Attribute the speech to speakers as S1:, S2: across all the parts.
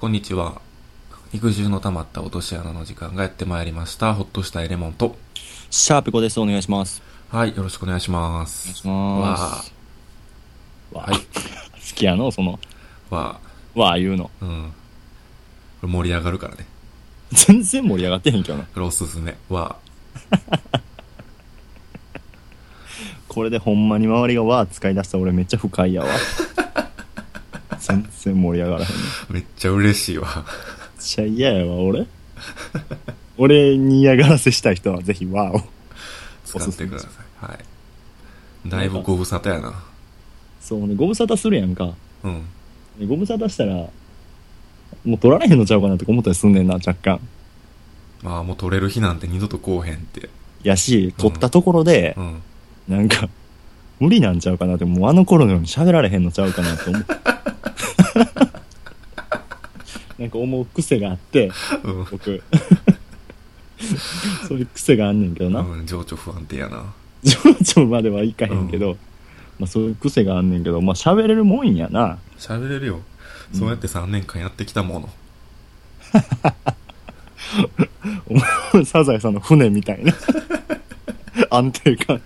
S1: こんにちは。肉汁の溜まった落とし穴の時間がやってまいりました。ほっとしたエレモンと。
S2: シャープ5です。お願いします。
S1: はい、よろしくお願いしま
S2: お願い
S1: す。
S2: しま
S1: わ
S2: す。
S1: あ、
S2: わ
S1: はい、
S2: 好きやのその、
S1: わ
S2: わあ言うの。
S1: あ、うん。これ盛り上がるからね。
S2: 全然盛り上がってへんけどな。
S1: これおすすめ。わ
S2: これでほんまに周りがわあ使い出したら俺めっちゃ不快やわ。全然盛り上がらへん。めっ
S1: あ、めっちゃ嬉しいわ。
S2: ちゃ嫌やわ、俺。俺に嫌がらせしたい人はぜひわあを。
S1: 使
S2: お
S1: っ
S2: すす
S1: て
S2: め
S1: く
S2: で
S1: だ
S2: す
S1: さい。はい。だいぶご無沙汰やな。
S2: そうね、ご無沙汰するやんか。
S1: うん。
S2: ご無沙汰したら、もう取られへんのちゃうかなとか思ったりすんねんな、若干。
S1: まあ、もう取れる日なんて二度とこうへんって。
S2: やし、取ったところで
S1: う、ん。
S2: なんか、無理なんちゃうかなって、もうあの頃のように喋られへんのちゃうかなって 思う。なんか思う癖があって、
S1: うん。
S2: 僕。そういう癖があんねんけどな。
S1: うん、情緒不安定やな。
S2: 情緒まではいかへんけど、まあそういう癖があんねんけど、まあ喋れるもんやな。
S1: 喋れるよ。
S2: うん
S1: そうやって3年間やってきたもの。
S2: サザエさんの船みた いな。安定感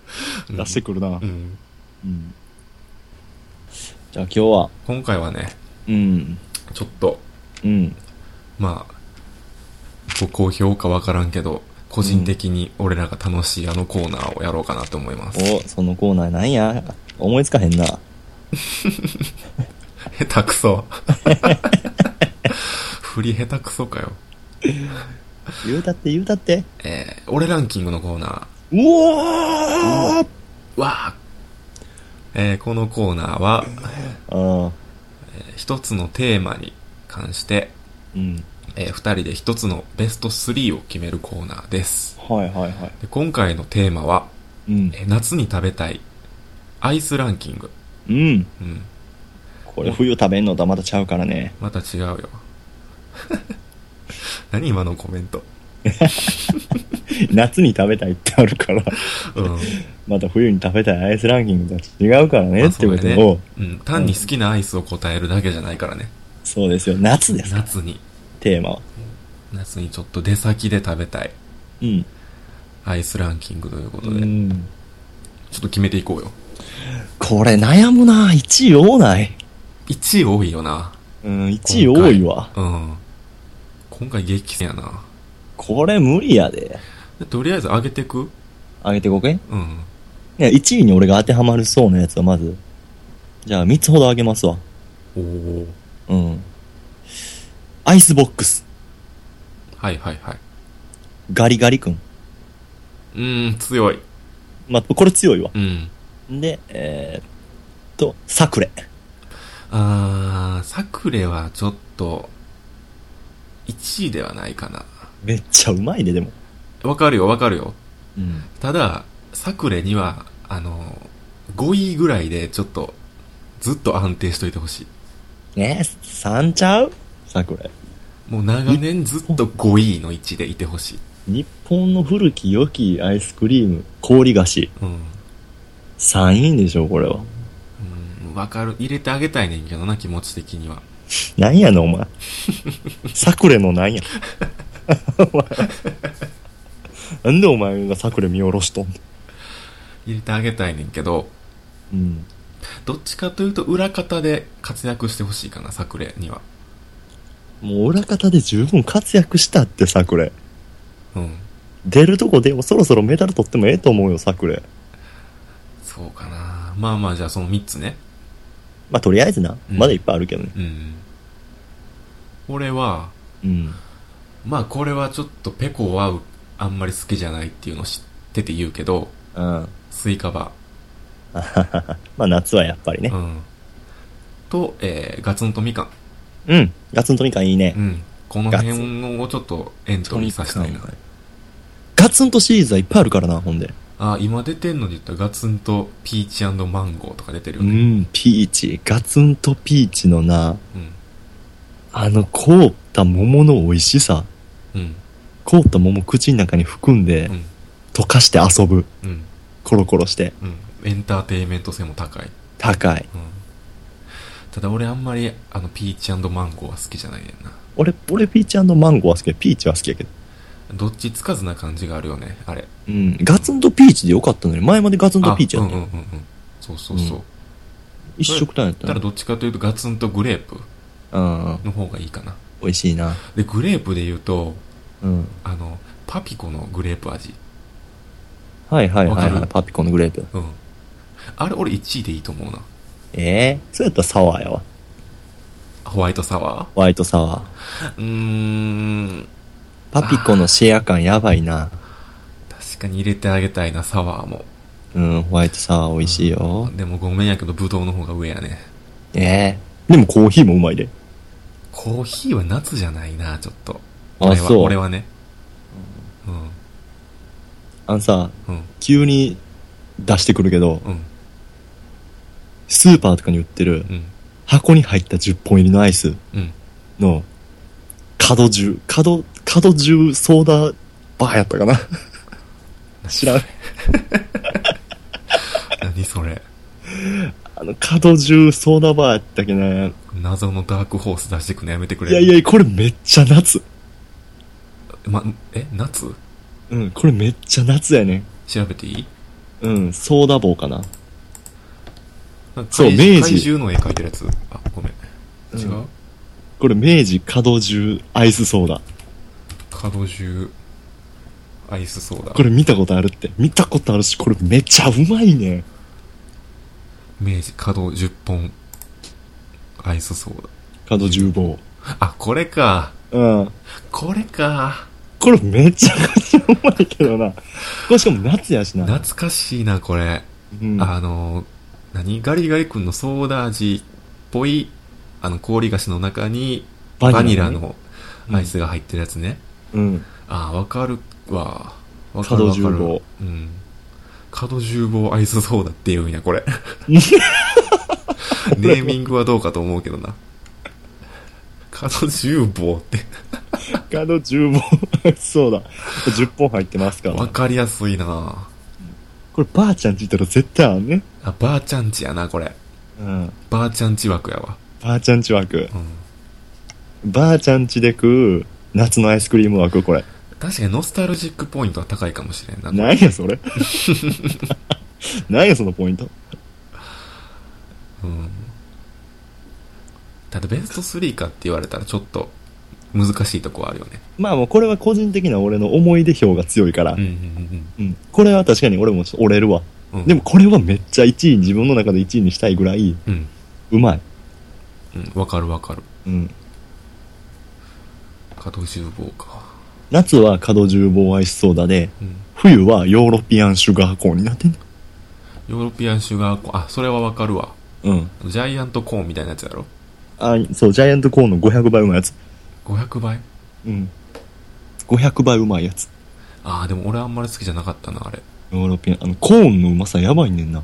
S1: うん
S2: 出してくるな。
S1: うん。
S2: うんじゃあ今日は、
S1: 今回はね、
S2: うん、
S1: ちょっと、
S2: うん、
S1: まあ、ご好評かわからんけど、個人的に俺らが楽しいあのコーナーをやろうかなと思います。
S2: お、そのコーナーなんや思いつかへんな。
S1: 下手くそ。振り下手くそかよ。
S2: 言うたって言うたって。
S1: えー、俺ランキングのコーナー。
S2: うおー
S1: わーえー、このコーナーは、
S2: ああ、
S1: 一つのテーマに関して、
S2: うん。
S1: えー、二人で一つのベスト3を決めるコーナーです。
S2: はいはいはい。
S1: で今回のテーマは、
S2: うん。
S1: えー夏に食べたいアイスランキング。
S2: うん。
S1: うん。
S2: これ冬食べんのとはまたちゃうからね。
S1: また違うよ。 何今のコメント。
S2: 夏に食べたいってあるから、
S1: うん。
S2: また冬に食べたいアイスランキングとは違うからね
S1: まあ
S2: ってこと
S1: そうだ
S2: を
S1: ね、うん。単に好きなアイスを答えるだけじゃないからね。
S2: そうですよ。夏ですから、
S1: 夏に、
S2: テーマは。
S1: 夏にちょっと出先で食べたい
S2: うん。
S1: アイスランキングということで、ちょ
S2: ん。
S1: っと決めていこうよ。
S2: これ悩むな1位多ない。
S1: 1位多いよな。
S2: うん、1位多いわ。
S1: うん。今回激戦やな。
S2: これ無理やで。
S1: でとりあえず上げてく
S2: あげてごけん。
S1: うん。
S2: ね、1位に俺が当てはまるそうなやつはまず。じゃあ3つほどあげますわ。
S1: おお。
S2: うん。アイスボックス。
S1: はいはいはい。
S2: ガリガリ君。
S1: うーん、強い。
S2: まあ、これ強いわ。
S1: うん。
S2: で、えー、っと、サクレ。
S1: あー、サクレはちょっと、1位ではないかな。
S2: めっちゃうまいで、でも。
S1: わかるよ、わかるよ。
S2: うん。
S1: ただ、サクレには、あの、5位ぐらいでちょっと、ずっと安定しといてほしい。
S2: ねえ、3ちゃうサクレ。
S1: もう長年ずっと5位の位置でいてほしい。
S2: 日本の古き良きアイスクリーム、氷菓子。
S1: うん。
S2: 3位でしょ、これは。
S1: うん、わかる。入れてあげたいねんけどな、気持ち的には。
S2: なんやの、お 前。サクレのなんや。お前なんでお前がサクレ見下ろしとんの
S1: 入れてあげたいねんけど、
S2: うん。
S1: どっちかというと裏方で活躍してほしいかな、サクレには。
S2: もう裏方で十分活躍したって、サクレ。
S1: うん。
S2: 出るとこでそろそろメダル取ってもええと思うよ、サクレ。
S1: そうかな。まあまあ、じゃあその3つね。
S2: まあ、とりあえずな。
S1: うん
S2: まだいっぱいあるけどね。
S1: うん。俺は、
S2: うん。
S1: まあこれはちょっとペコはあんまり好きじゃないっていうの知ってて言うけど、
S2: うん。
S1: スイカバ
S2: まあ、夏はやっぱりね
S1: ー。う。ん。と、えー、ガツンとみかん。
S2: うん。ガツンとみかんいいね
S1: う。ん。この
S2: ガツン
S1: 辺をちょっとエントリーさせたいな。
S2: ガツンとシリーズはいっぱいあるからな、ほんで。
S1: あ、今出てんので言ったらガツンとピーチマンゴーとか出てる
S2: う
S1: よね。
S2: ん、ピーチ。ガツンとピーチのな、
S1: うん。
S2: あの凍った桃の美味しさ。
S1: うん。
S2: 凍った桃口の中に含んで
S1: う、ん。
S2: 溶かして遊ぶ。
S1: うん。
S2: コロコロして。
S1: うん。エンターテインメント性も高い。
S2: 高い。
S1: うん。ただ俺あんまりあのピーチマンゴーは好きじゃないねんな
S2: 俺、俺ピーチマンゴーは好きやピーチは好きやけど。
S1: どっちつかずな感じがあるよねあれ
S2: うん。ガツンとピーチでよかったのに、前までガツンとピーチや
S1: う
S2: っ
S1: ん
S2: た
S1: う
S2: よ
S1: んうんうんそうそうそう、
S2: うん一色単やっ
S1: だか
S2: た
S1: ら
S2: ね。
S1: どっちかというとガツンとグレープ
S2: うん。
S1: の方がいいかな
S2: 美味しいな。
S1: でグレープで言うと
S2: うん。
S1: あのパピコのグレープ味
S2: はいはいは
S1: わ
S2: い、
S1: か
S2: は
S1: る
S2: い。パピコのグレープ。
S1: うんあれ俺1位でいいと思うな
S2: ええそうやったらサワーやわ。
S1: ホワイトサワ
S2: ホワイトサワ
S1: ー
S2: ー。
S1: うーん
S2: パピコのシェア感やばいな。
S1: 確かに入れてあげたいなサワーも
S2: うん、ホワイトサワー美味しいよ。
S1: でもごめんやけどブドウの方が上やね
S2: ええでもコーヒーもうまいで。
S1: コーヒーは夏じゃないなちょっと
S2: あ
S1: 俺は
S2: そう
S1: 俺はねうん
S2: あのさ、
S1: うん
S2: 急に出してくるけど、
S1: うん
S2: スーパーとかに売ってる
S1: うん
S2: 箱に入った10本入りのアイス
S1: うん
S2: の角十、角、角十ソーダバーや ったかな知らん。
S1: 何それ
S2: あの角十ソーダバーやったっけな。
S1: 謎のダークホース出してくのやめてくれ
S2: いやいや、これめっちゃ夏。
S1: ま、え夏
S2: うん、これめっちゃ夏やね。
S1: 調べていい
S2: うん、ソーダ棒かな。そう
S1: 怪
S2: 明治
S1: 怪獣の絵描いてるやつあごめん違う、
S2: うんこれ明治角十アイスソーダ。
S1: 角獣アイスソーダ
S2: これ見たことあるって。見たことあるし、これめっちゃうまいね。
S1: 明治角10本アイスソー
S2: 角十棒。
S1: ダあこれか
S2: うん。
S1: これか
S2: これめちゃくちゃうまいけどな。これしかも夏やしな。
S1: 懐かしいなこれ、
S2: うん。
S1: あの何ガリガリ君のソーダ味っぽいあの氷菓子の中にバニラ
S2: ね。
S1: のアイスが入ってるやつね、
S2: うん。
S1: あーわかるわわかるわかる
S2: 角十棒
S1: うん角十棒アイスソーダっていうんやこ れネーミングはどうかと思うけどな角十棒って
S2: 角十棒そうだ。10本入ってますから
S1: わ
S2: ね。
S1: かりやすいな
S2: こればあちゃんついたら絶対あんね。
S1: あばあちゃんちやなこれ
S2: うん。
S1: ばあちゃんち枠やわ
S2: ばあちゃんち枠。
S1: うん
S2: ばあちゃんちで食う夏のアイスクリーム枠、これ。
S1: 確かにノスタルジックポイントは高いかもしれんな
S2: なんやそれ。なんやそのポイント。
S1: うんただベスト3かって言われたらちょっと難しいとこはあるよね
S2: まあもうこれは個人的な俺の思い出表が強いから。
S1: うんうん
S2: うん。これは確かに俺もちょっと折れるわ。
S1: うんうん
S2: でもこれはめっちゃ1位、自分の中で1位にしたいぐらい、
S1: うん
S2: うまい。
S1: うんわかるわかる
S2: うん。
S1: 角十棒か
S2: 夏は角十棒アイスソーダで、
S1: うん
S2: 冬はヨーロピアンシュガーコーンになってんの。
S1: ヨーロピアンシュガーコーンあそれはわかるわ
S2: うん。
S1: ジャイアントコーンみたいなやつやろ
S2: あ、そう、ジャイアントコーンの500倍うまいやつ。
S1: 500倍
S2: うん。500倍うまいやつ。
S1: ああでも俺あんまり好きじゃなかったなあれ
S2: ヨーロピアン、あの、コーンのうまさやばいねんな。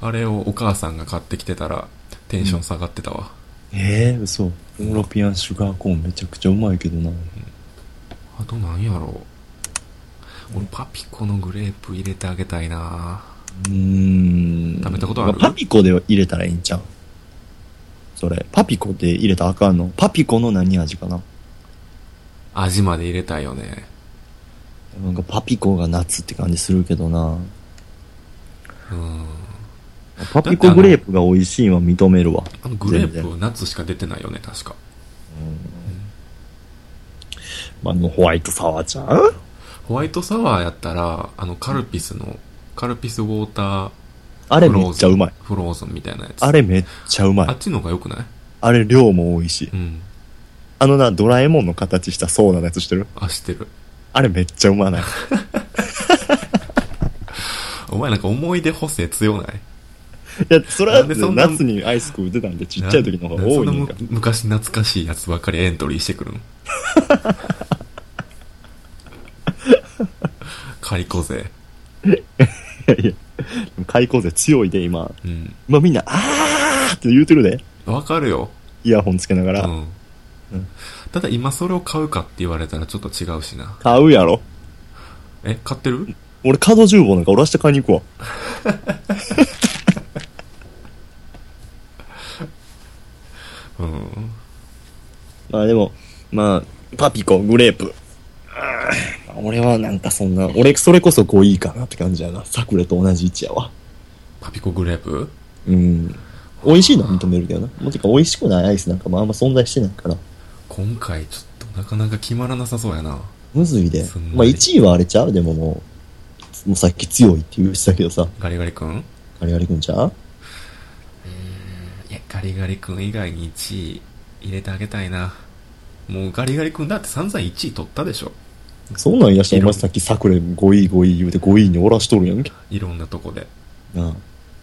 S1: あれをお母さんが買ってきてたらテンション下がってたわ、
S2: ええ嘘。ヨーロピアンシュガーコーンめちゃくちゃうまいけどな。
S1: あとなんやろう俺パピコのグレープ入れてあげたいな
S2: うーん。
S1: 食べたことある
S2: パピコで入れたらいいんちゃうそれ。パピコで入れたらあかんのパピコの何味かな
S1: 味まで入れたいよね
S2: なんかパピコが夏って感じするけどな。
S1: うん
S2: パピコグレープが美味しいのは認めるわ。
S1: あのグレー
S2: 全
S1: プ
S2: 然
S1: 夏しか出てないよね確か
S2: まあ、あのホワイトサワーちゃん
S1: ホワイトサワーやったらあのカルピスのカルピスウォーター
S2: あれめっちゃうまい。
S1: フローズンみたいなやつ
S2: あれめっちゃうま
S1: あ
S2: い
S1: っ。ちの方が良くない
S2: あれ量も多いし
S1: う。ん。
S2: あのな、ドラえもんの形したソーダのやつしてる
S1: あ、してる。
S2: あれめっちゃうまない。
S1: お前なんか思い出補正強ない
S2: いや、それは
S1: なんでそんな
S2: 夏にアイス食うてたんでちっちゃい時の方が多いねん
S1: な
S2: か
S1: んでそんなむ昔懐かしいやつばっかりエントリーして くるん借りこぜ。
S2: ら。いやいや、開口勢強いで今。
S1: うん。
S2: まあみんな、あーって言うてるで。
S1: わかるよ。
S2: イヤホンつけなが
S1: う
S2: ら。
S1: ん。ただ今それを買うかって言われたらちょっと違うしな。
S2: 買うやろ。
S1: え、買ってる
S2: 俺、角十棒なんか俺明日買いに行くわ。まあでも、まあ、パピコ、グレープ。あー俺はなんかそんな、俺それこそこういいかなって感じやな。サクレと同じ位置やわ。
S1: パピコグレープ
S2: うん。美味しいのは認めるけどな。もうてか美味しくないアイスなんかもあんま存在してないから。
S1: 今回ちょっとなかなか決まらなさそうやな。
S2: むずいで
S1: そんな。に
S2: まあ1位はあれちゃうでももう、もうさっき強いって言うてたけどさ、
S1: ガリガリ君
S2: あれあれくんちゃう
S1: いや、ガリガリ君以外に1位入れてあげたいな。もうガリガリ君だって散々1位取ったでしょ。
S2: そうなんやし、お前さっきサクレ5位5位言うて5位におらしとるやんけ。
S1: いろんなとこで。
S2: なあ。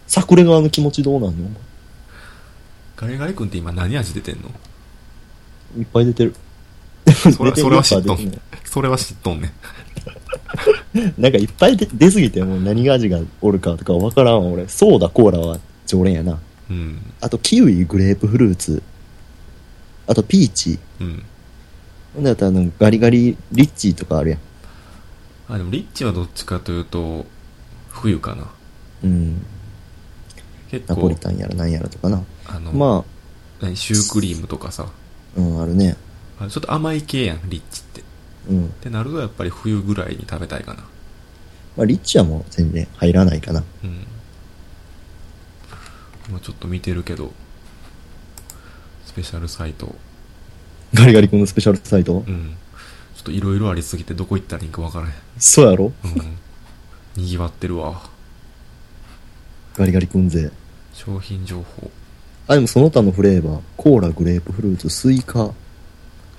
S2: サクレ側の気持ちどうなんのお前
S1: ガリガリ君って今何味出てんの
S2: いっぱい出て る。
S1: それ
S2: 出て
S1: それは知っと
S2: 出て
S1: ん。それは知っとんね。
S2: なんかいっぱい出出すぎてもう何が味がおるかとかわからんわ俺。ソーダ、コーラは常連やな。
S1: うん。
S2: あとキウイ、グレープフルーツ。あとピーチ。
S1: うん。
S2: ほんであとあのガリガリリッチーとかあるやん。
S1: あ、でもリッチはどっちかというと、冬かな。
S2: うん。
S1: 結
S2: ナポ
S1: 構
S2: リ、タンやらなんやらとかな。
S1: あの、
S2: ま
S1: 何シュークリームとかさ。
S2: あ、うん、あるね。
S1: あちょっと甘い系やん、リッチって。っ
S2: うん。
S1: てなるとやっぱり冬ぐらいに食べたいかな。
S2: まあリッチはもう全然入らないかな。
S1: うん。今ちょっと見てるけど、スペシャルサイト。
S2: ガリガリ君のスペシャルサイト
S1: うん。ちょっといろいろありすぎてどこ行ったらいいんかわからへん。
S2: そうやろ
S1: うん。にぎわってるわ。
S2: ガリガリ君勢。
S1: 商品情報。
S2: あ、でもその他のフレーバー。コーラ、グレープフルーツ、スイカ。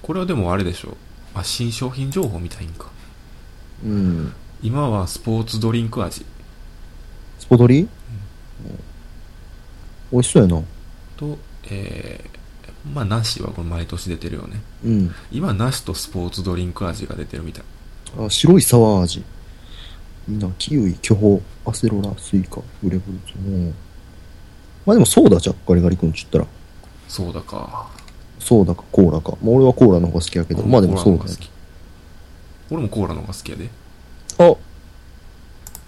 S1: これはでもあれでしょ。あ、新商品情報みたいんか。
S2: うん。
S1: 今はスポーツドリンク味
S2: スポドリ、美味しそうやな。
S1: と、えー、まあ、なしはこれ毎年出てるよね。
S2: うん。
S1: 今、なしとスポーツドリンク味が出てるみたい。
S2: あ、白いサワー味。いいな、キウイ、巨峰、アセロラ、スイカ、グレープフルーツ。うん。まあでもソーダじゃん、ガリガリ君ち言ったら。
S1: そうだか。
S2: ソーダかコーラか。まあ俺はコーラの方が好きやけど。まあでも
S1: コ
S2: そ
S1: ー
S2: う
S1: ラの方
S2: だ
S1: が
S2: ね
S1: 好。き。俺もコーラの方が好きやで。
S2: あ、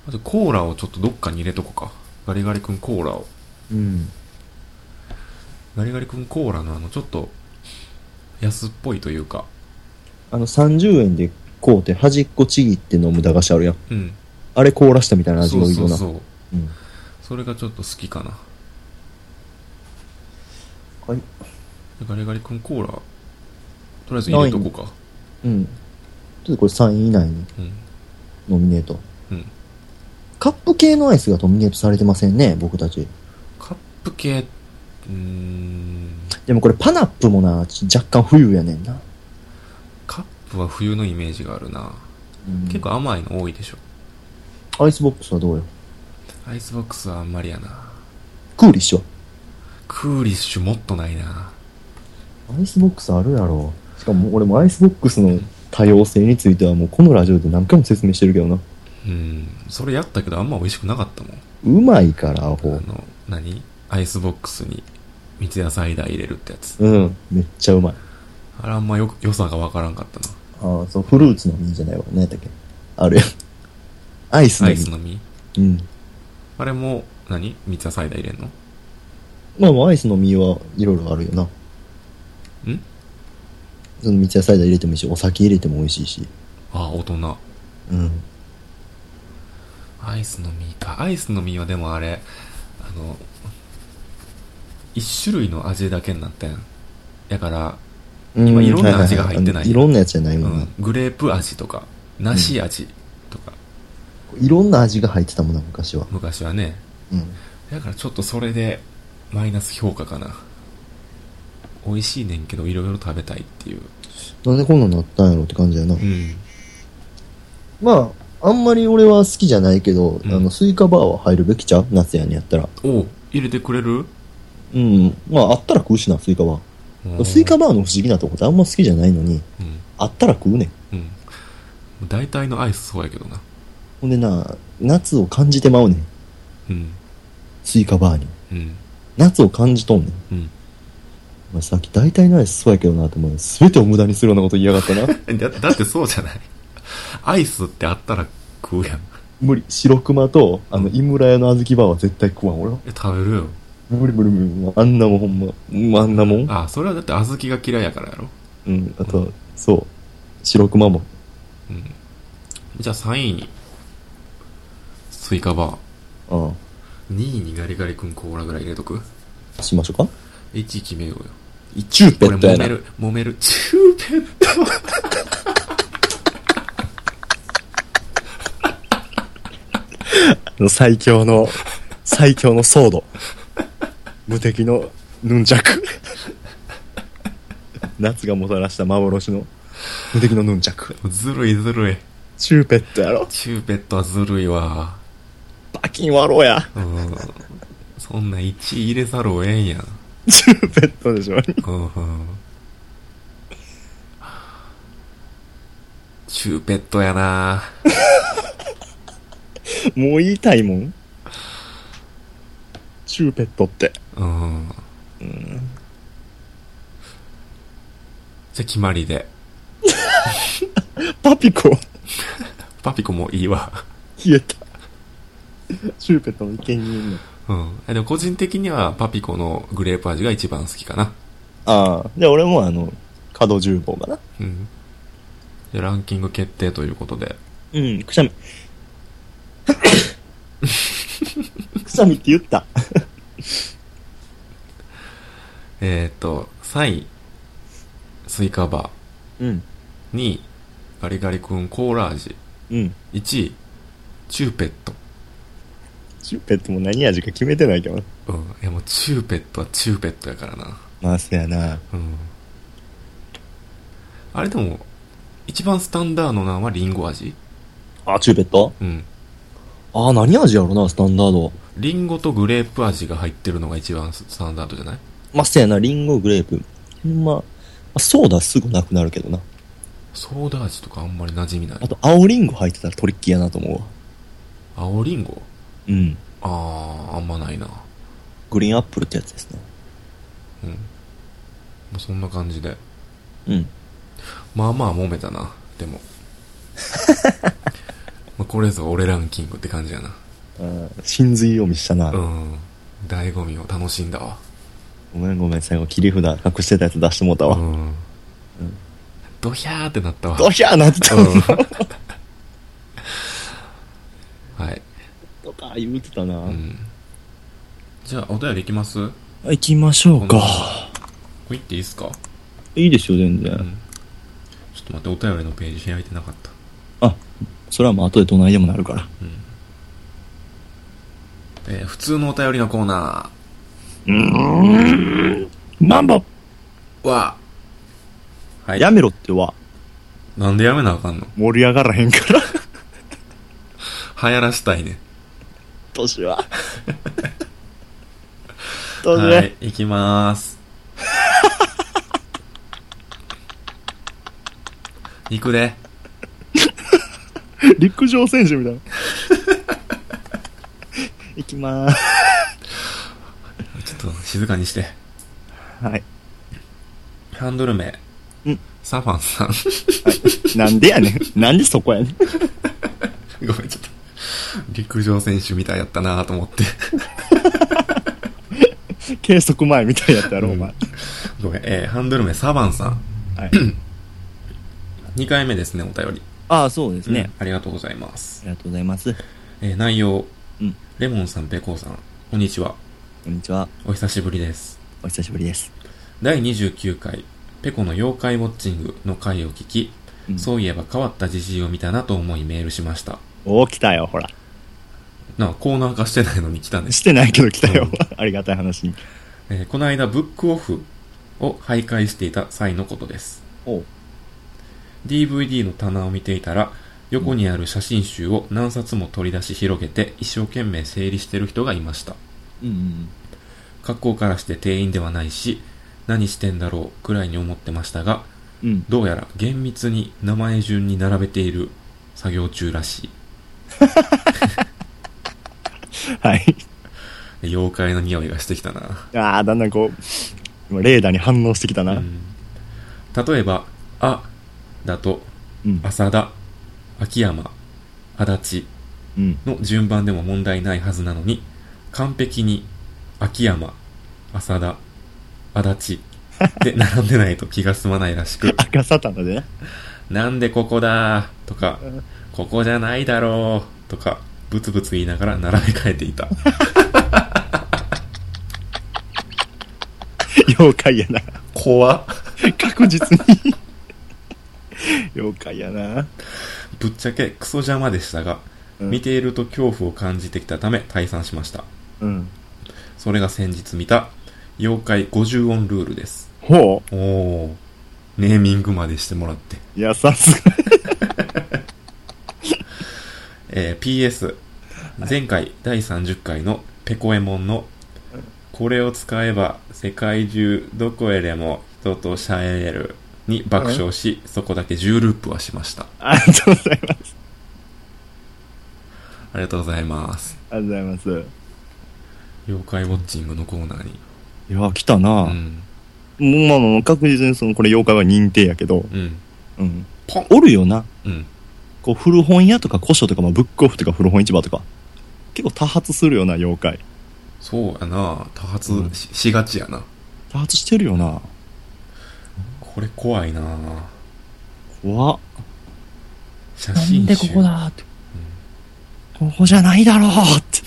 S1: あとコーラをちょっとどっかに入れとこうか。ガリガリ君コーラを。
S2: うん。
S1: ガリガリ君コーラのあの、ちょっと、安っぽいというか。
S2: あの30円で買うて端っこちぎって飲む駄菓子あるやん。
S1: うん。
S2: あれ凍らしたみたいな味
S1: そ
S2: の
S1: う
S2: いい
S1: そ
S2: よ
S1: う
S2: な。
S1: そう。
S2: うん。
S1: それがちょっと好きかな。
S2: はい。
S1: ガリガリ君コーラ、とりあえず入れとこうか。
S2: うん。ちょっとこれ3位以内に
S1: うん。
S2: ノミネート。
S1: うん。
S2: カップ系のアイスがノミネートされてませんね、僕たち。
S1: カップ系、うーん。
S2: でもこれパナップもな、ち若干冬やねんな。
S1: カップは冬のイメージがあるな。
S2: うん
S1: 結構甘いの多いでしょ。
S2: アイスボックスはどうよ
S1: アイスボックスはあんまりやな。
S2: クーリッシュは
S1: クーリッシュもっとないな。
S2: アイスボックスあるやろ。しかも俺もアイスボックスの多様性についてはもうこのラジオで何回も説明してるけどな。
S1: うん。それやったけどあんま美味しくなかったもん。
S2: うまいから、ア
S1: あ
S2: ホ。
S1: の、何アイスボックスに三ツ矢サイダー入れるってやつ。
S2: うん。めっちゃうまい。
S1: あれあんまよ、良さがわからんかったな。
S2: ああ、そう、フルーツの実じゃないわ。何やったっけあるやん。アイスの
S1: アイ
S2: 実
S1: スの実
S2: うん。
S1: あれも、何三ツ矢サイダー入れんの
S2: まあまあ、アイスの実はいろいろあるよな。
S1: ん
S2: その三ツ矢サイダー入れてもいいし、お酒入れても美味しいし。
S1: ああ、大人。
S2: うん。
S1: アイスの実か。アイスの実はでもあれ、あの、一種類の味だけになったやん。だから、今
S2: う
S1: いろんな味が入ってない
S2: はははいろんなやつじゃないも
S1: うん
S2: な、
S1: ん、グレープ味とか、梨味とか、
S2: いろんな味が入ってたもんな、昔は。
S1: 昔はね。
S2: うん。
S1: だからちょっとそれで、マイナス評価かな。美味しいねんけど、いろいろ食べたいっていう。
S2: なんでこんなんなったんやろって感じやな。
S1: うん。
S2: まあ、あんまり俺は好きじゃないけど、
S1: うん
S2: あの、スイカバーは入るべきちゃう夏やにやったら。
S1: おう入れてくれる
S2: うん。まあ、あったら食うしな、スイカバ
S1: う
S2: ー。
S1: ん
S2: スイカバーの不思議なとこってあんま好きじゃないのに、
S1: うん。
S2: あったら食うねん。
S1: うん。大体のアイスそうやけどな。
S2: ほんでな、夏を感じてまうねん。
S1: うん。
S2: スイカバーに。
S1: うん。
S2: 夏を感じとんねん。
S1: うん。
S2: まあ、さっき大体のアイスそうやけどなと思う。すべてを無駄にするようなこと言いやがったな。
S1: だだってそうじゃないアイスってあったら食うやん
S2: 無理。白熊と、あの、
S1: うん
S2: 井村屋の小豆バーは絶対食わん、俺は。
S1: え食べるよ
S2: 無理無理無理。あんなもんほんま。うんあんなもん。
S1: あそれはだって小豆が嫌いやからやろ
S2: うん、あと、そう、白熊も。
S1: うん。じゃあ3位に、スイカバ
S2: あ
S1: ー。2位にガリガリ君コーラぐらい入れとく
S2: あ、しましょうか
S1: ?1 決めようよ。
S2: チューペット
S1: これ揉め
S2: やな。
S1: る、揉める。チューペット
S2: 最強の、最強のソード。無敵のヌンチャク。夏がもたらした幻の無敵のヌンチャク。
S1: ずるいずるい。
S2: チューペットやろ。
S1: チューペットはずるいわ。
S2: バキン割ろうや。
S1: うん。そんな1位入れざるをえんやん。
S2: チューペットでしょ。
S1: うんうん。チューペットやな
S2: もう言いたいもん。チューペットって。
S1: うん。じゃあ決まりで。
S2: パピコ、
S1: パピコもいいわ。
S2: 消えた。チューペットの生贄に。
S1: うん。でも個人的にはパピコのグレープ味が一番好きかな。
S2: ああ、じゃあ俺もあの、角十棒かな。
S1: うん。じゃあランキング決定ということで。
S2: うん、くしゃみ。 くしゃみって言った。
S1: えー、っと、3位、スイカバ
S2: うん。
S1: ー。2位、ガリガリ君コーラ味。
S2: うん。
S1: 1位、チューペット。
S2: チューペットも何味か決めてないけど。
S1: うん。いやもうチューペットはチューペットやからな。
S2: まあ、せやな。
S1: うん。あれでも、一番スタンダードなのはリンゴ味
S2: あ、チューペット
S1: うん。
S2: ああ、何味やろな、スタンダード。
S1: リンゴとグレープ味が入ってるのが一番スタンダードじゃない
S2: まあ、せやな、リンゴ、グレープ。ほんま、あソーダすぐなくなるけどな。
S1: ソーダ味とかあんまり馴染みない
S2: あ。と、青リンゴ入ってたらトリッキーやなと思うわ。
S1: 青リンゴ
S2: うん。
S1: あー、あんまないな。
S2: グリーンアップルってやつですね。
S1: うん。もうそんな感じで。
S2: うん。
S1: まあまあ揉めたな、でも。まあこれぞ俺ランキングって感じやな。
S2: 真髄読みしたな。
S1: うん。醍醐味を楽しんだわ。
S2: ごめんごめん、最後切り札隠してたやつ出してもうたわ。
S1: うん。ドヒャーってなったわ。
S2: ドヒャーなってたもんな
S1: うん、はい。
S2: とか言うてたな。
S1: うん。じゃあ、お便りいきますこ
S2: 行きましょうか。
S1: れいっていいっすか
S2: いいですよ、全然。
S1: うん。ちょっと待って、お便りのページ開いてなかった。
S2: あ、それはもう後でどないでもなるから。
S1: えー普通のお便りのコーナ
S2: マンボ
S1: ーは、はい。
S2: やめろっては、
S1: なんでやめなあかんの
S2: 盛り上がらへんから、
S1: 流行らしたいね。
S2: 年 は。年は、
S1: はい、行きまー す。行くで。
S2: 陸上選手みたいな。 行きまーす。
S1: ちょっと静かにして。
S2: はい。
S1: ハンドル名。
S2: うん
S1: サファンさん。
S2: なんでやねん。なんでそこやねん。
S1: ごめん、ちょっと。陸上選手みたいやったなと思って。
S2: 計測前みたいやったやろ、お前。
S1: うんごめん、えーハンドル名サバンさん。
S2: はい。
S1: 2回目ですね、お便り。
S2: ああ、そうですね。
S1: うんありがとうございます。
S2: ありがとうございます。
S1: えー内容。
S2: うん
S1: レモンさん、ペコーさん。こんにちは。
S2: こんにちは。
S1: お久しぶりです。
S2: お久しぶりです。
S1: 第29回、ペコの妖怪ウォッチングの回を聞き、
S2: うん
S1: そういえば変わったじじいを見たなと思いメールしました。
S2: おー、来たよ、ほら。
S1: なあ、コーナー化してないのに来 たね。
S2: してないけど来たよ
S1: う。
S2: ありがたい話に。
S1: えーこの間、ブックオフを徘徊していた際のことです。
S2: おう。
S1: DVD の棚を見ていたら、横にある写真集を何冊も取り出し広げて、一生懸命整理してる人がいました。
S2: うん
S1: 格好からして店員ではないし、何してんだろうくらいに思ってましたが、
S2: うん。うん。
S1: どうやら厳密に名前順に並べている作業中らしい。
S2: はい。
S1: 妖怪の匂いがしてきたな。
S2: ああ、だんだんこう、今レーダーに反応してきたな。
S1: うん例えば、あだと、
S2: うん。
S1: 浅田、秋山、足立
S2: うん。
S1: の順番でも問題ないはずなのに、完璧に、秋山、浅田、足立で、並んでないと気が済まないらしく、
S2: 赤サタナでね。
S1: なんでここだとか、ここじゃないだろうとか、ブツブツ言いながら並べ替えていた。
S2: 妖怪やな。
S1: 怖っ
S2: 確実に。妖怪やな。
S1: ぶっちゃけクソ邪魔でしたが、
S2: うん
S1: 見ていると恐怖を感じてきたため退散しました。
S2: うん。
S1: それが先日見た、妖怪50音ルールです。
S2: ほ
S1: おおネーミングまでしてもらって。
S2: う。いや、さすが。
S1: えー PS、前回第30回のペコエモンの、これを使えば世界中どこへでも人とシャエるに爆笑し、そこだけ10ループはしました。
S2: ありがとうございます。
S1: ありがとうございます。
S2: ありがとうございます。
S1: 妖怪ウォッチングのコーナーに。
S2: いや、来た
S1: う
S2: な。
S1: ん。
S2: うん、まあまあ、確実にその、これ妖怪は認定やけど、
S1: うん。
S2: うん。
S1: ポン
S2: おるよな。
S1: うん。
S2: こう、古本屋とか古書とか、まあ、ブックオフとか古本市場とか。結構多発するよな、妖怪。
S1: そうやな多発
S2: うん
S1: し,、しがちやな。
S2: 多発してるよな。
S1: これ怖いな
S2: 怖っ。
S1: 写
S2: なん
S1: 真
S2: で
S1: 集
S2: ここだーって。ここじゃないだろうって。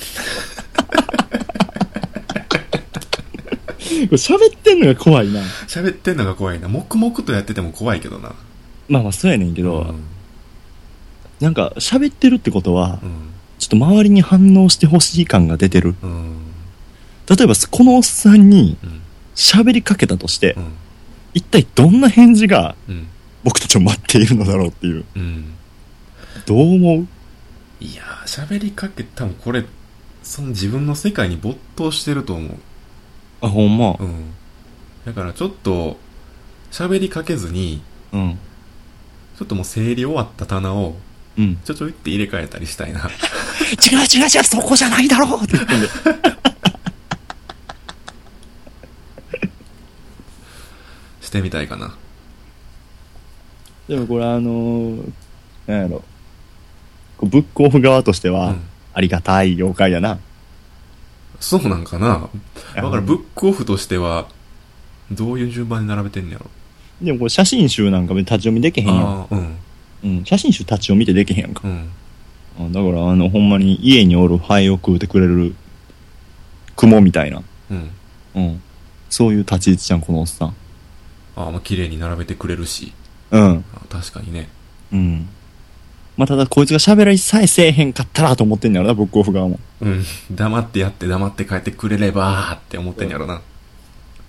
S2: これ喋ってんのが怖いな。
S1: 喋ってんのが怖いな。黙々とやってても怖いけどな。
S2: まあまあそうやねんけど、
S1: うん
S2: なんか喋ってるってことは、
S1: うん。
S2: ちょっと周りに反応してほしい感が出てる。
S1: うん。
S2: 例えばこのおっさんに
S1: うん。
S2: 喋りかけたとして
S1: う、ん。
S2: 一体どんな返事が
S1: うん。
S2: 僕たちを待っているのだろうっていう。
S1: うん。
S2: どう思う
S1: いやー、喋りかけ、多分これ、その自分の世界に没頭してると思
S2: あ、ほんま
S1: う。。うん。だからちょっと、喋りかけずに、
S2: うん。
S1: ちょっともう整理終わった棚を、
S2: うん。違う
S1: ちょちょいって入れ替えたりしたいな。
S2: 違う違う、そこじゃないだろうって言ってんだよ
S1: してみたいかな。
S2: でもこれあのー、なんやろ。こうブックオフ側としては、
S1: うん
S2: ありがたい妖怪やな。
S1: そうなんかなだからブックオフとしては、どういう順番に並べてんのやろ。
S2: でもこれ写真集なんか別に立ち読みできへんやん。
S1: ああ、うん。
S2: うん、写真集立ち読みってできへんやんか。
S1: うん。
S2: うんだからあの、ほんまに家におる灰を食うてくれる雲みたいな。
S1: うん。
S2: うん。そういう立ち位置じゃん、このおっさん。
S1: ああ、まあ綺麗に並べてくれるし。
S2: うん。
S1: あ確かにね。
S2: うん。まあ、ただこいつが喋りさえせえへんかったらと思ってんやろな、ブックオフ側も。
S1: うん。黙ってやって黙って帰ってくれればーって思ってんやろな。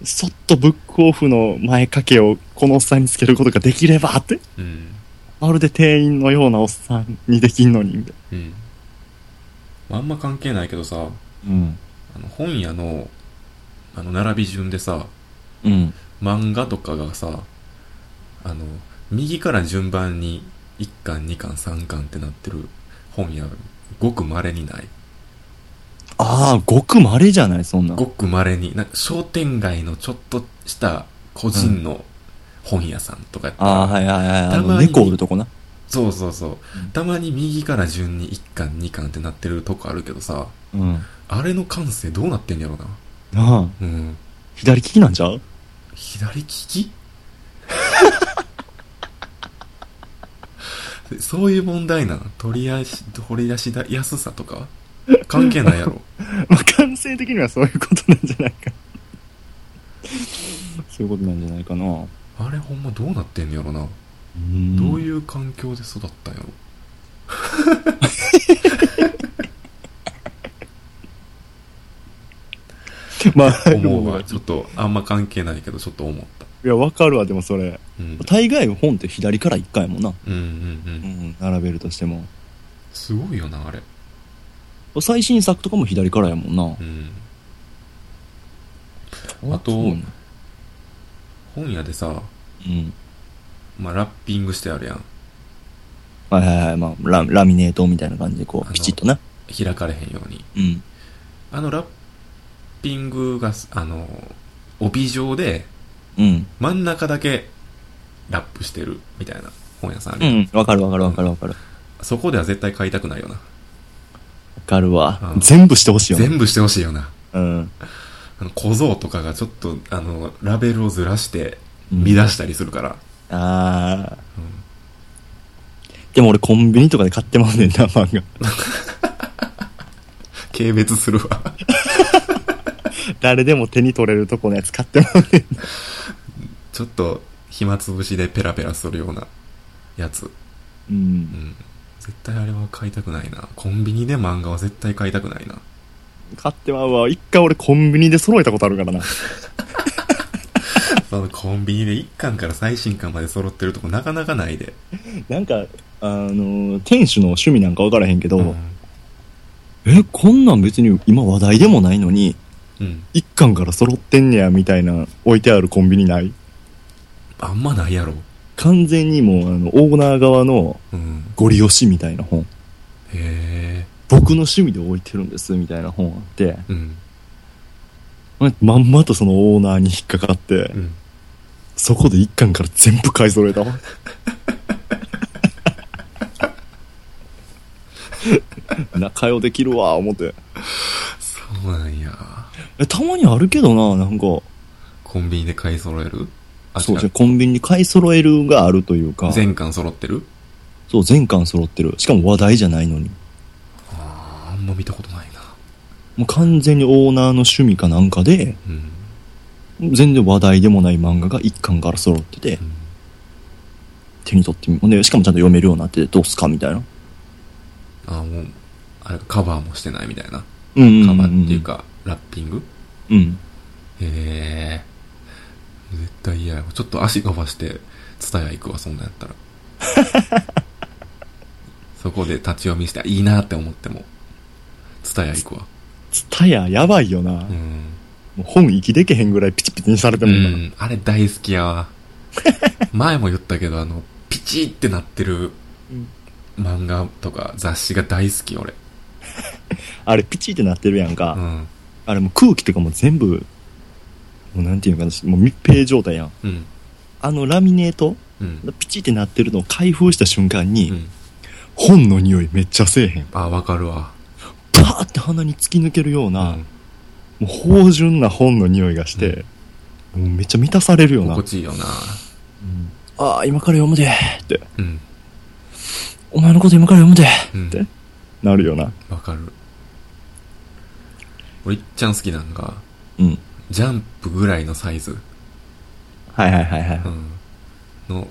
S2: そっとブックオフの前掛けをこのおっさんにつけることができればって。
S1: うん。
S2: まるで店員のようなおっさんにできんのに、みたい
S1: うん。まああんま関係ないけどさ、
S2: な。うん。
S1: あの本屋の、あの、並び順でさ、
S2: うん。
S1: 漫画とかがさ、あの、右から順番に1巻、2巻、3巻ってなってる本屋、ごく稀にない。
S2: ああ、ごく稀じゃない、そんなん。
S1: ごく稀に、なんか商店街のちょっとした個人の本屋さんとかやったら
S2: ああ、はいはいはい。あ
S1: た
S2: の、
S1: まに
S2: 猫おるとこな。
S1: そうそうそう
S2: うん。
S1: たまに右から順に1巻、2巻ってなってるとこあるけどさ、
S2: うん。な
S1: あれの感性どうなってんやろな。
S2: あ、
S1: うん。
S2: 左利きなんちゃう
S1: 左利き そういう問題なの取り出し、取り出しだやすさとか関係ないや ろ。
S2: まあ、感性的にはそういうことなんじゃないか。そういうことなんじゃないかな。う
S1: あれほんまどうなってんのやろな。
S2: ん
S1: どう
S2: う
S1: いう環境で育ったんやろ。
S2: まあ、
S1: 思うわ。
S2: で
S1: ちょっと、あんま関係ないけど、ちょっと思った。
S2: もいや、わかるわ、でもそれ。
S1: うん。
S2: 大概本って左から一回もな。
S1: うんうんうん。
S2: ん。並べるとしても。
S1: すごいよな、あれ。
S2: 最新作とかも左からやもんな
S1: う。ん。あと
S2: そうなんだ
S1: 本屋でさ、
S2: うん。
S1: まあ、ラッピングしてあるやん。
S2: はいはいはい。まあ、ララミネートみたいな感じで、こ
S1: あ
S2: う、
S1: の
S2: ピチッとな。
S1: 開かれへんように。
S2: うん。
S1: あのラッピングが、あの、帯状で、
S2: うん。
S1: 真ん中だけラップしてるみたいな本屋さんある
S2: う
S1: やん、
S2: ん。わかるわかるわかるわかる。わ
S1: そこでは絶対買いたくないよな。
S2: かるわ
S1: う。ん
S2: 全部してほしいよね。
S1: 全部してほしいよな。
S2: うん。
S1: あの小僧とかがちょっとあのラベルをずらして乱したりするから、
S2: ああ、でも俺コンビニとかで買ってまうねんな、漫画。
S1: 軽蔑するわ
S2: 誰でも手に取れるとこのやつ買ってまうねんな。
S1: ちょっと暇つぶしでペラペラするようなやつ
S2: う。
S1: うんん絶対あれは買いたくないなコンビニで漫画は絶対買いたくないな
S2: 買ってまうわ。一回俺コンビニで揃えたことあるからな。
S1: そのコンビニで1巻から最新巻まで揃ってるとこなかなかないで
S2: なんか、あのー店主の趣味なんかわからへんけど、
S1: うん
S2: え、こんなん別に今話題でもないのに、
S1: うん
S2: 一巻から揃ってんねや、みたいな置いてあるコンビニない
S1: あんまないやろ
S2: 完全にもう、あの、オーナー側の
S1: うん
S2: ゴリ押しみたいな本。
S1: へえ
S2: 僕の趣味で置いてるんです、みたいな本あって、
S1: うん
S2: まんまとそのオーナーに引っかかって
S1: う、ん
S2: そこで一巻から全部買い揃え たわ。 仲良できるわ、思って。
S1: そうなんや
S2: え、たまにあるけどな、なんか。
S1: コンビニで買い揃えるあ
S2: そうじ
S1: 違
S2: ゃコンビニに買い揃えるがあるというか。
S1: 全巻揃ってる
S2: そう、全巻揃ってる。しかも話題じゃないのに。
S1: あーあんま見たことないな
S2: もう完全にオーナーの趣味かなんかで、
S1: うん、
S2: 全然話題でもない漫画が一巻から揃ってて
S1: う、ん
S2: 手に取ってみ、ほんで、しかもちゃんと読めるようになってて、どうすかみたいな。
S1: あーもうあれカバーもしてないみたいな
S2: うんうん、うん。
S1: カバーっていう。か、ラッピング
S2: うん。
S1: へえ絶対嫌やちょっと足伸ばして蔦屋行くわそんなんやったらそこで立ち読みしていいなって思っても蔦屋行くわ
S2: ツタヤやばいよな。も
S1: うん、
S2: う本息でけへんぐらいピチピチにされて
S1: う
S2: もんな。
S1: ん、あれ大好きや わ前も言ったけどあのピチってなってる
S2: うん
S1: 漫画とか雑誌が大好き俺
S2: あれピチってなってるやんか。
S1: うん
S2: あれもう空気とかも全部、もうなんていうのかな、もう密閉状態やん。
S1: うん
S2: あのラミネート、
S1: うん
S2: ピチってなってるのを開封した瞬間に、
S1: うん
S2: 本の匂いめっちゃせえへん。
S1: あわかるわ
S2: バーって鼻に突き抜けるような、もう芳醇な本の匂いがして、もうめっちゃ満たされる
S1: う
S2: よ
S1: ん、
S2: な。
S1: 心地いいよな
S2: ああ、今から読むでーって。
S1: うん
S2: お前のこと今から読むで
S1: う
S2: っ
S1: ん
S2: てなるよな。
S1: わかる俺いっちゃん好きなんが
S2: うん。
S1: ジャンプぐらいのサイズ、
S2: はいはいはいはい。
S1: うん、の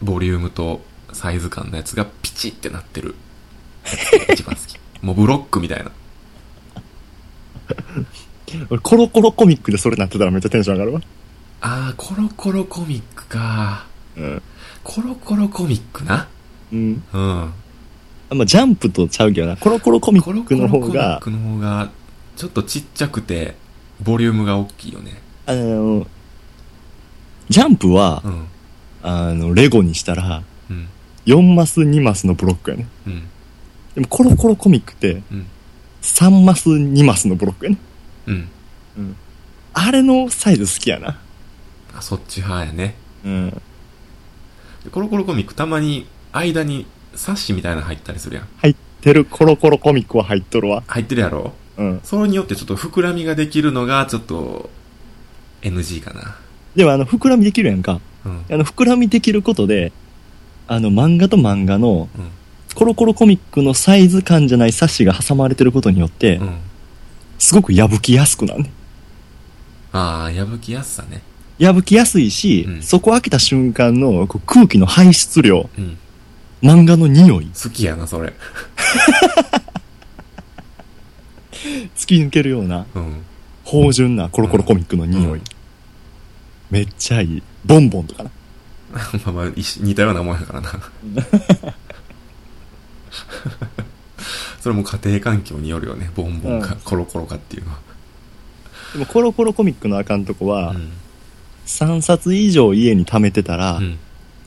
S1: ボリュームとサイズ感のやつがピチってなってるやつが一番好 きもうブロックみたいな
S2: 俺コロコロコミックでそれなってたらめっちゃテンション上がるわ。
S1: あーコロコロコミックか
S2: うん。
S1: コロコロコミックな
S2: うん。
S1: うん
S2: あまあ、ジャンプとちゃうけどな。コロコロコミ
S1: コロ
S2: ッ
S1: コ
S2: クの
S1: ロコ
S2: 方
S1: ミッ
S2: が、
S1: クの方がちょっとちっちゃくてボリュームが大きいよね
S2: あの、ジャンプは
S1: う、ん
S2: あの、レゴにしたら、
S1: うん
S2: 4マス2マスのブロックやね。
S1: うん
S2: でもコロコロコミックって、
S1: うん
S2: 3マス2マスのブロックやね。
S1: うん
S2: あれのサイズ好きやな。
S1: あそっち派やね
S2: うん。
S1: でコロコロコミックたまに間にサッシみたいなの入ったりするやん
S2: 入ってるコロコロコミックは入っとるわ。
S1: 入ってるやろ
S2: うん。
S1: それによってちょっと膨らみができるのがちょっと NG かな
S2: でもあの、膨らみできるやんか。
S1: うん
S2: あの、膨らみできることで、あの、漫画と漫画の、
S1: うん
S2: コロコロコミックのサイズ感じゃないサッシが挟まれてることによって、
S1: うん
S2: すごく破きやすくなるね。
S1: ああ破きやすさね
S2: 破きやすいし、
S1: うん
S2: そこ開けた瞬間のこう空気の排出量、
S1: うん
S2: 漫画の匂い、
S1: 好きやなそれ
S2: 突き抜けるような、
S1: うん
S2: 芳醇なコロコロコミックの匂い。
S1: うん
S2: めっちゃいい。ボンボンとかな。
S1: まあまあ一緒似たようなもんやからな それも家庭環境によるよねボンボンか、
S2: うん
S1: コロコロかっていうのは
S2: でもコロコロコミックのあかんとこは、
S1: うん
S2: 3冊以上家に貯めてたら、
S1: うん、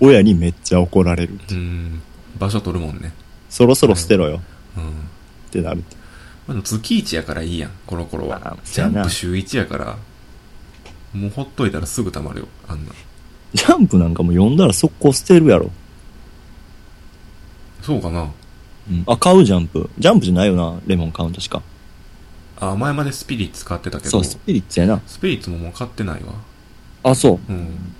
S2: 親にめっちゃ怒られる。
S1: うん、場所取るもんね
S2: そろそろ捨てろよ
S1: うん
S2: ってなる。
S1: まあ、月1やからいいやん、コロコロは
S2: あ。
S1: ジャンプ週1やから、もうほっといたらすぐ溜まるよ、あんな。
S2: ジャンプなんかも読んだら速攻捨てるやろ。
S1: そうかな
S2: あ、買うジャンプ。ジャンプじゃないよな、レモン買うん確か。
S1: ああ、前までスピリッツ買ってたけど、
S2: そう、スピリッツやな。
S1: スピリッツももう買ってないわ。
S2: あ、そう。
S1: うん。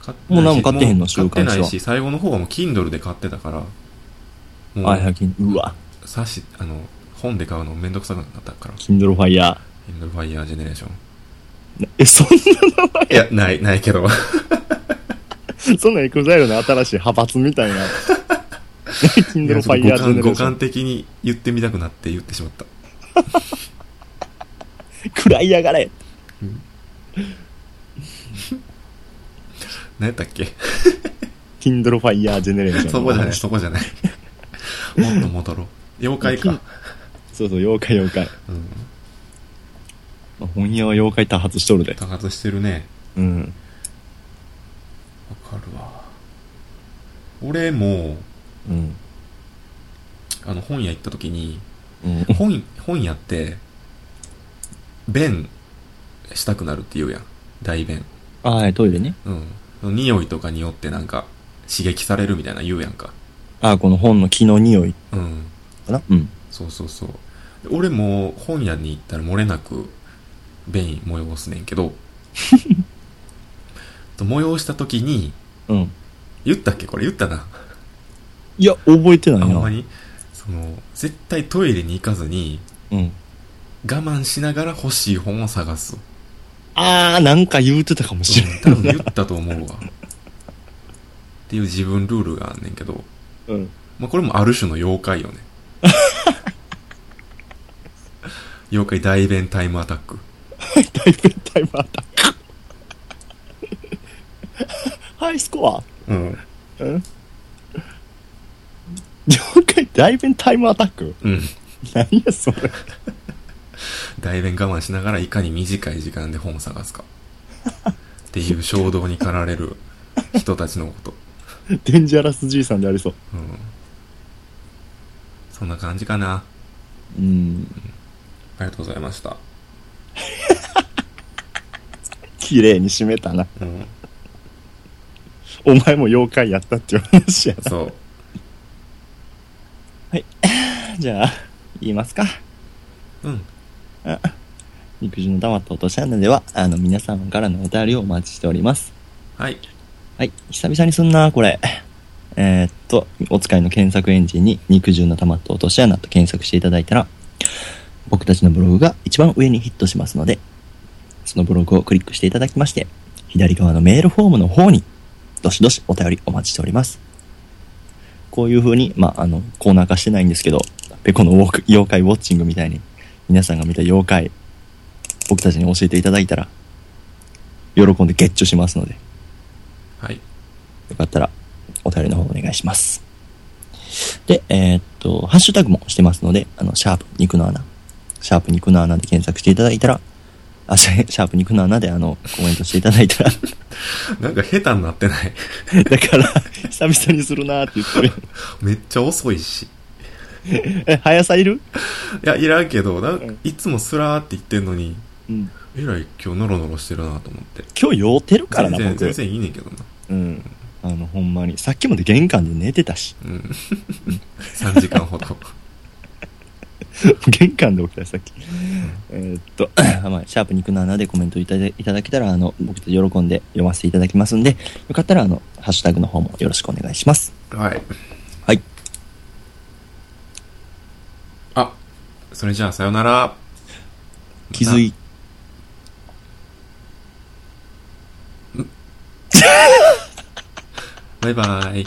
S1: 買っ
S2: もう何も買ってへんの
S1: もう
S2: 週刊誌
S1: 買
S2: は
S1: ってないし、最後の方はもう Kindle で買ってたから、も
S2: あ、
S1: う、
S2: 100均。うわ、
S1: さし、あの、本で買うのめんどくさくなったから、
S2: Kindle Fire。
S1: Kindle Fire Generation。
S2: え、そん
S1: いや、ない、ないけど。
S2: な、そんなエクザイルの新しい派閥みた いな。
S1: いや
S2: Kindle
S1: ちょっと
S2: Fire ジェネ
S1: 五感
S2: レーシ
S1: 五
S2: ョ
S1: 感的に言ってみたくなって言ってしまった。
S2: ン。食らいやがれ。
S1: 何やったっけ
S2: Kindle Fire ジェネレーション。
S1: そこじゃない、そこじゃない。もっと戻ろう。妖怪か。
S2: そうそう、妖怪妖怪。
S1: うん。
S2: まあ本屋は妖怪多発しとるで。
S1: 多発してるね。
S2: うん。
S1: わかるわ。俺も、
S2: うん。
S1: あの、本屋行った時に、
S2: うん。
S1: 本、本屋って、便したくなるって言うやん。大便。
S2: あはい、トイレね。
S1: うん。匂いとかによってなんか、刺激されるみたいな言うやんか。
S2: あこの本の木の匂い
S1: うん。
S2: かな。うん。
S1: そうそうそう。で俺も本屋に行ったら漏れなく便意催すねんけど、と催した時に、
S2: うん。
S1: 言ったっけこれ言ったな。
S2: いや、覚えてない
S1: あ
S2: な。
S1: んまに。その、絶対トイレに行かずに、
S2: うん。
S1: 我慢しながら欲しい本を探す。
S2: あー、なんか言うてたかもしれん。
S1: 多分言ったと思うわ。っていう自分ルールがあんねんけど、
S2: うん。
S1: まあ、これもある種の妖怪よ ね。妖怪大便タイムアタック。
S2: 大分タイムアタック。ハイスコア。
S1: うん。
S2: うん。妖怪大便タイムアタック
S1: うん。
S2: 何やそれ。
S1: 代弁我慢しながらいかに短い時間で本を探すかっていう衝動に駆られる人たちのこと、
S2: デンジャラス爺さんでありそう。
S1: うん、そんな感じかな
S2: うん。
S1: ありがとうございました、
S2: 綺麗に締めたな。
S1: うん、
S2: お前も妖怪やったっていう話やな。
S1: そう
S2: じゃあ、言いますか。
S1: うん
S2: 肉汁の溜まった落とし穴では、あの、皆様からのお便りをお待ちしております。
S1: はい
S2: はい、久々にすんな、これ。えーっと、お使いの検索エンジンに肉汁の玉と落とし穴と検索していただいたら、僕たちのブログが一番上にヒットしますので、そのブログをクリックしていただきまして、左側のメールフォームの方に、どしどしお便りお待ちしております。こういう風に、まあ、あの、コーナー化してないんですけど、ペコのウォーク妖怪ウォッチングみたいに、皆さんが見た妖怪、僕たちに教えていただいたら、喜んでゲッチュしますので、
S1: はい
S2: よかったら、お便りの方お願いします。で、えーっと、ハッシュタグもしてますので、あの、シャープ肉の穴、シャープ肉の穴で検索していただいたら、あ、 シャシャープ肉の穴であの、コメントしていただいたら、
S1: なんか下手になってない
S2: だから、久々にするなーって言って
S1: めっちゃ遅いし
S2: る。え、速さいる
S1: いやいらんけどな
S2: うん
S1: いつもスラーって言ってんのに
S2: うん。
S1: えらい今日ノロノロしてるなと思って
S2: 今日酔うてるから
S1: 全
S2: な、
S1: 然全
S2: 僕。
S1: 然いいねんけどな
S2: うん。あの、ほんまに。さっきまで玄関で寝てたし。
S1: うん3時間ほ ど
S2: 玄関で起きたさっき。えーっと、 まあ、シャープ肉の穴でコメントいただいただけたら、あの、僕たち喜んで読ませていただきますんで、よかったら、あの、ハッシュタグの方もよろしくお願いします。
S1: はい
S2: はい。
S1: あそれじゃあさよなら
S2: 気づい。
S1: バイバイ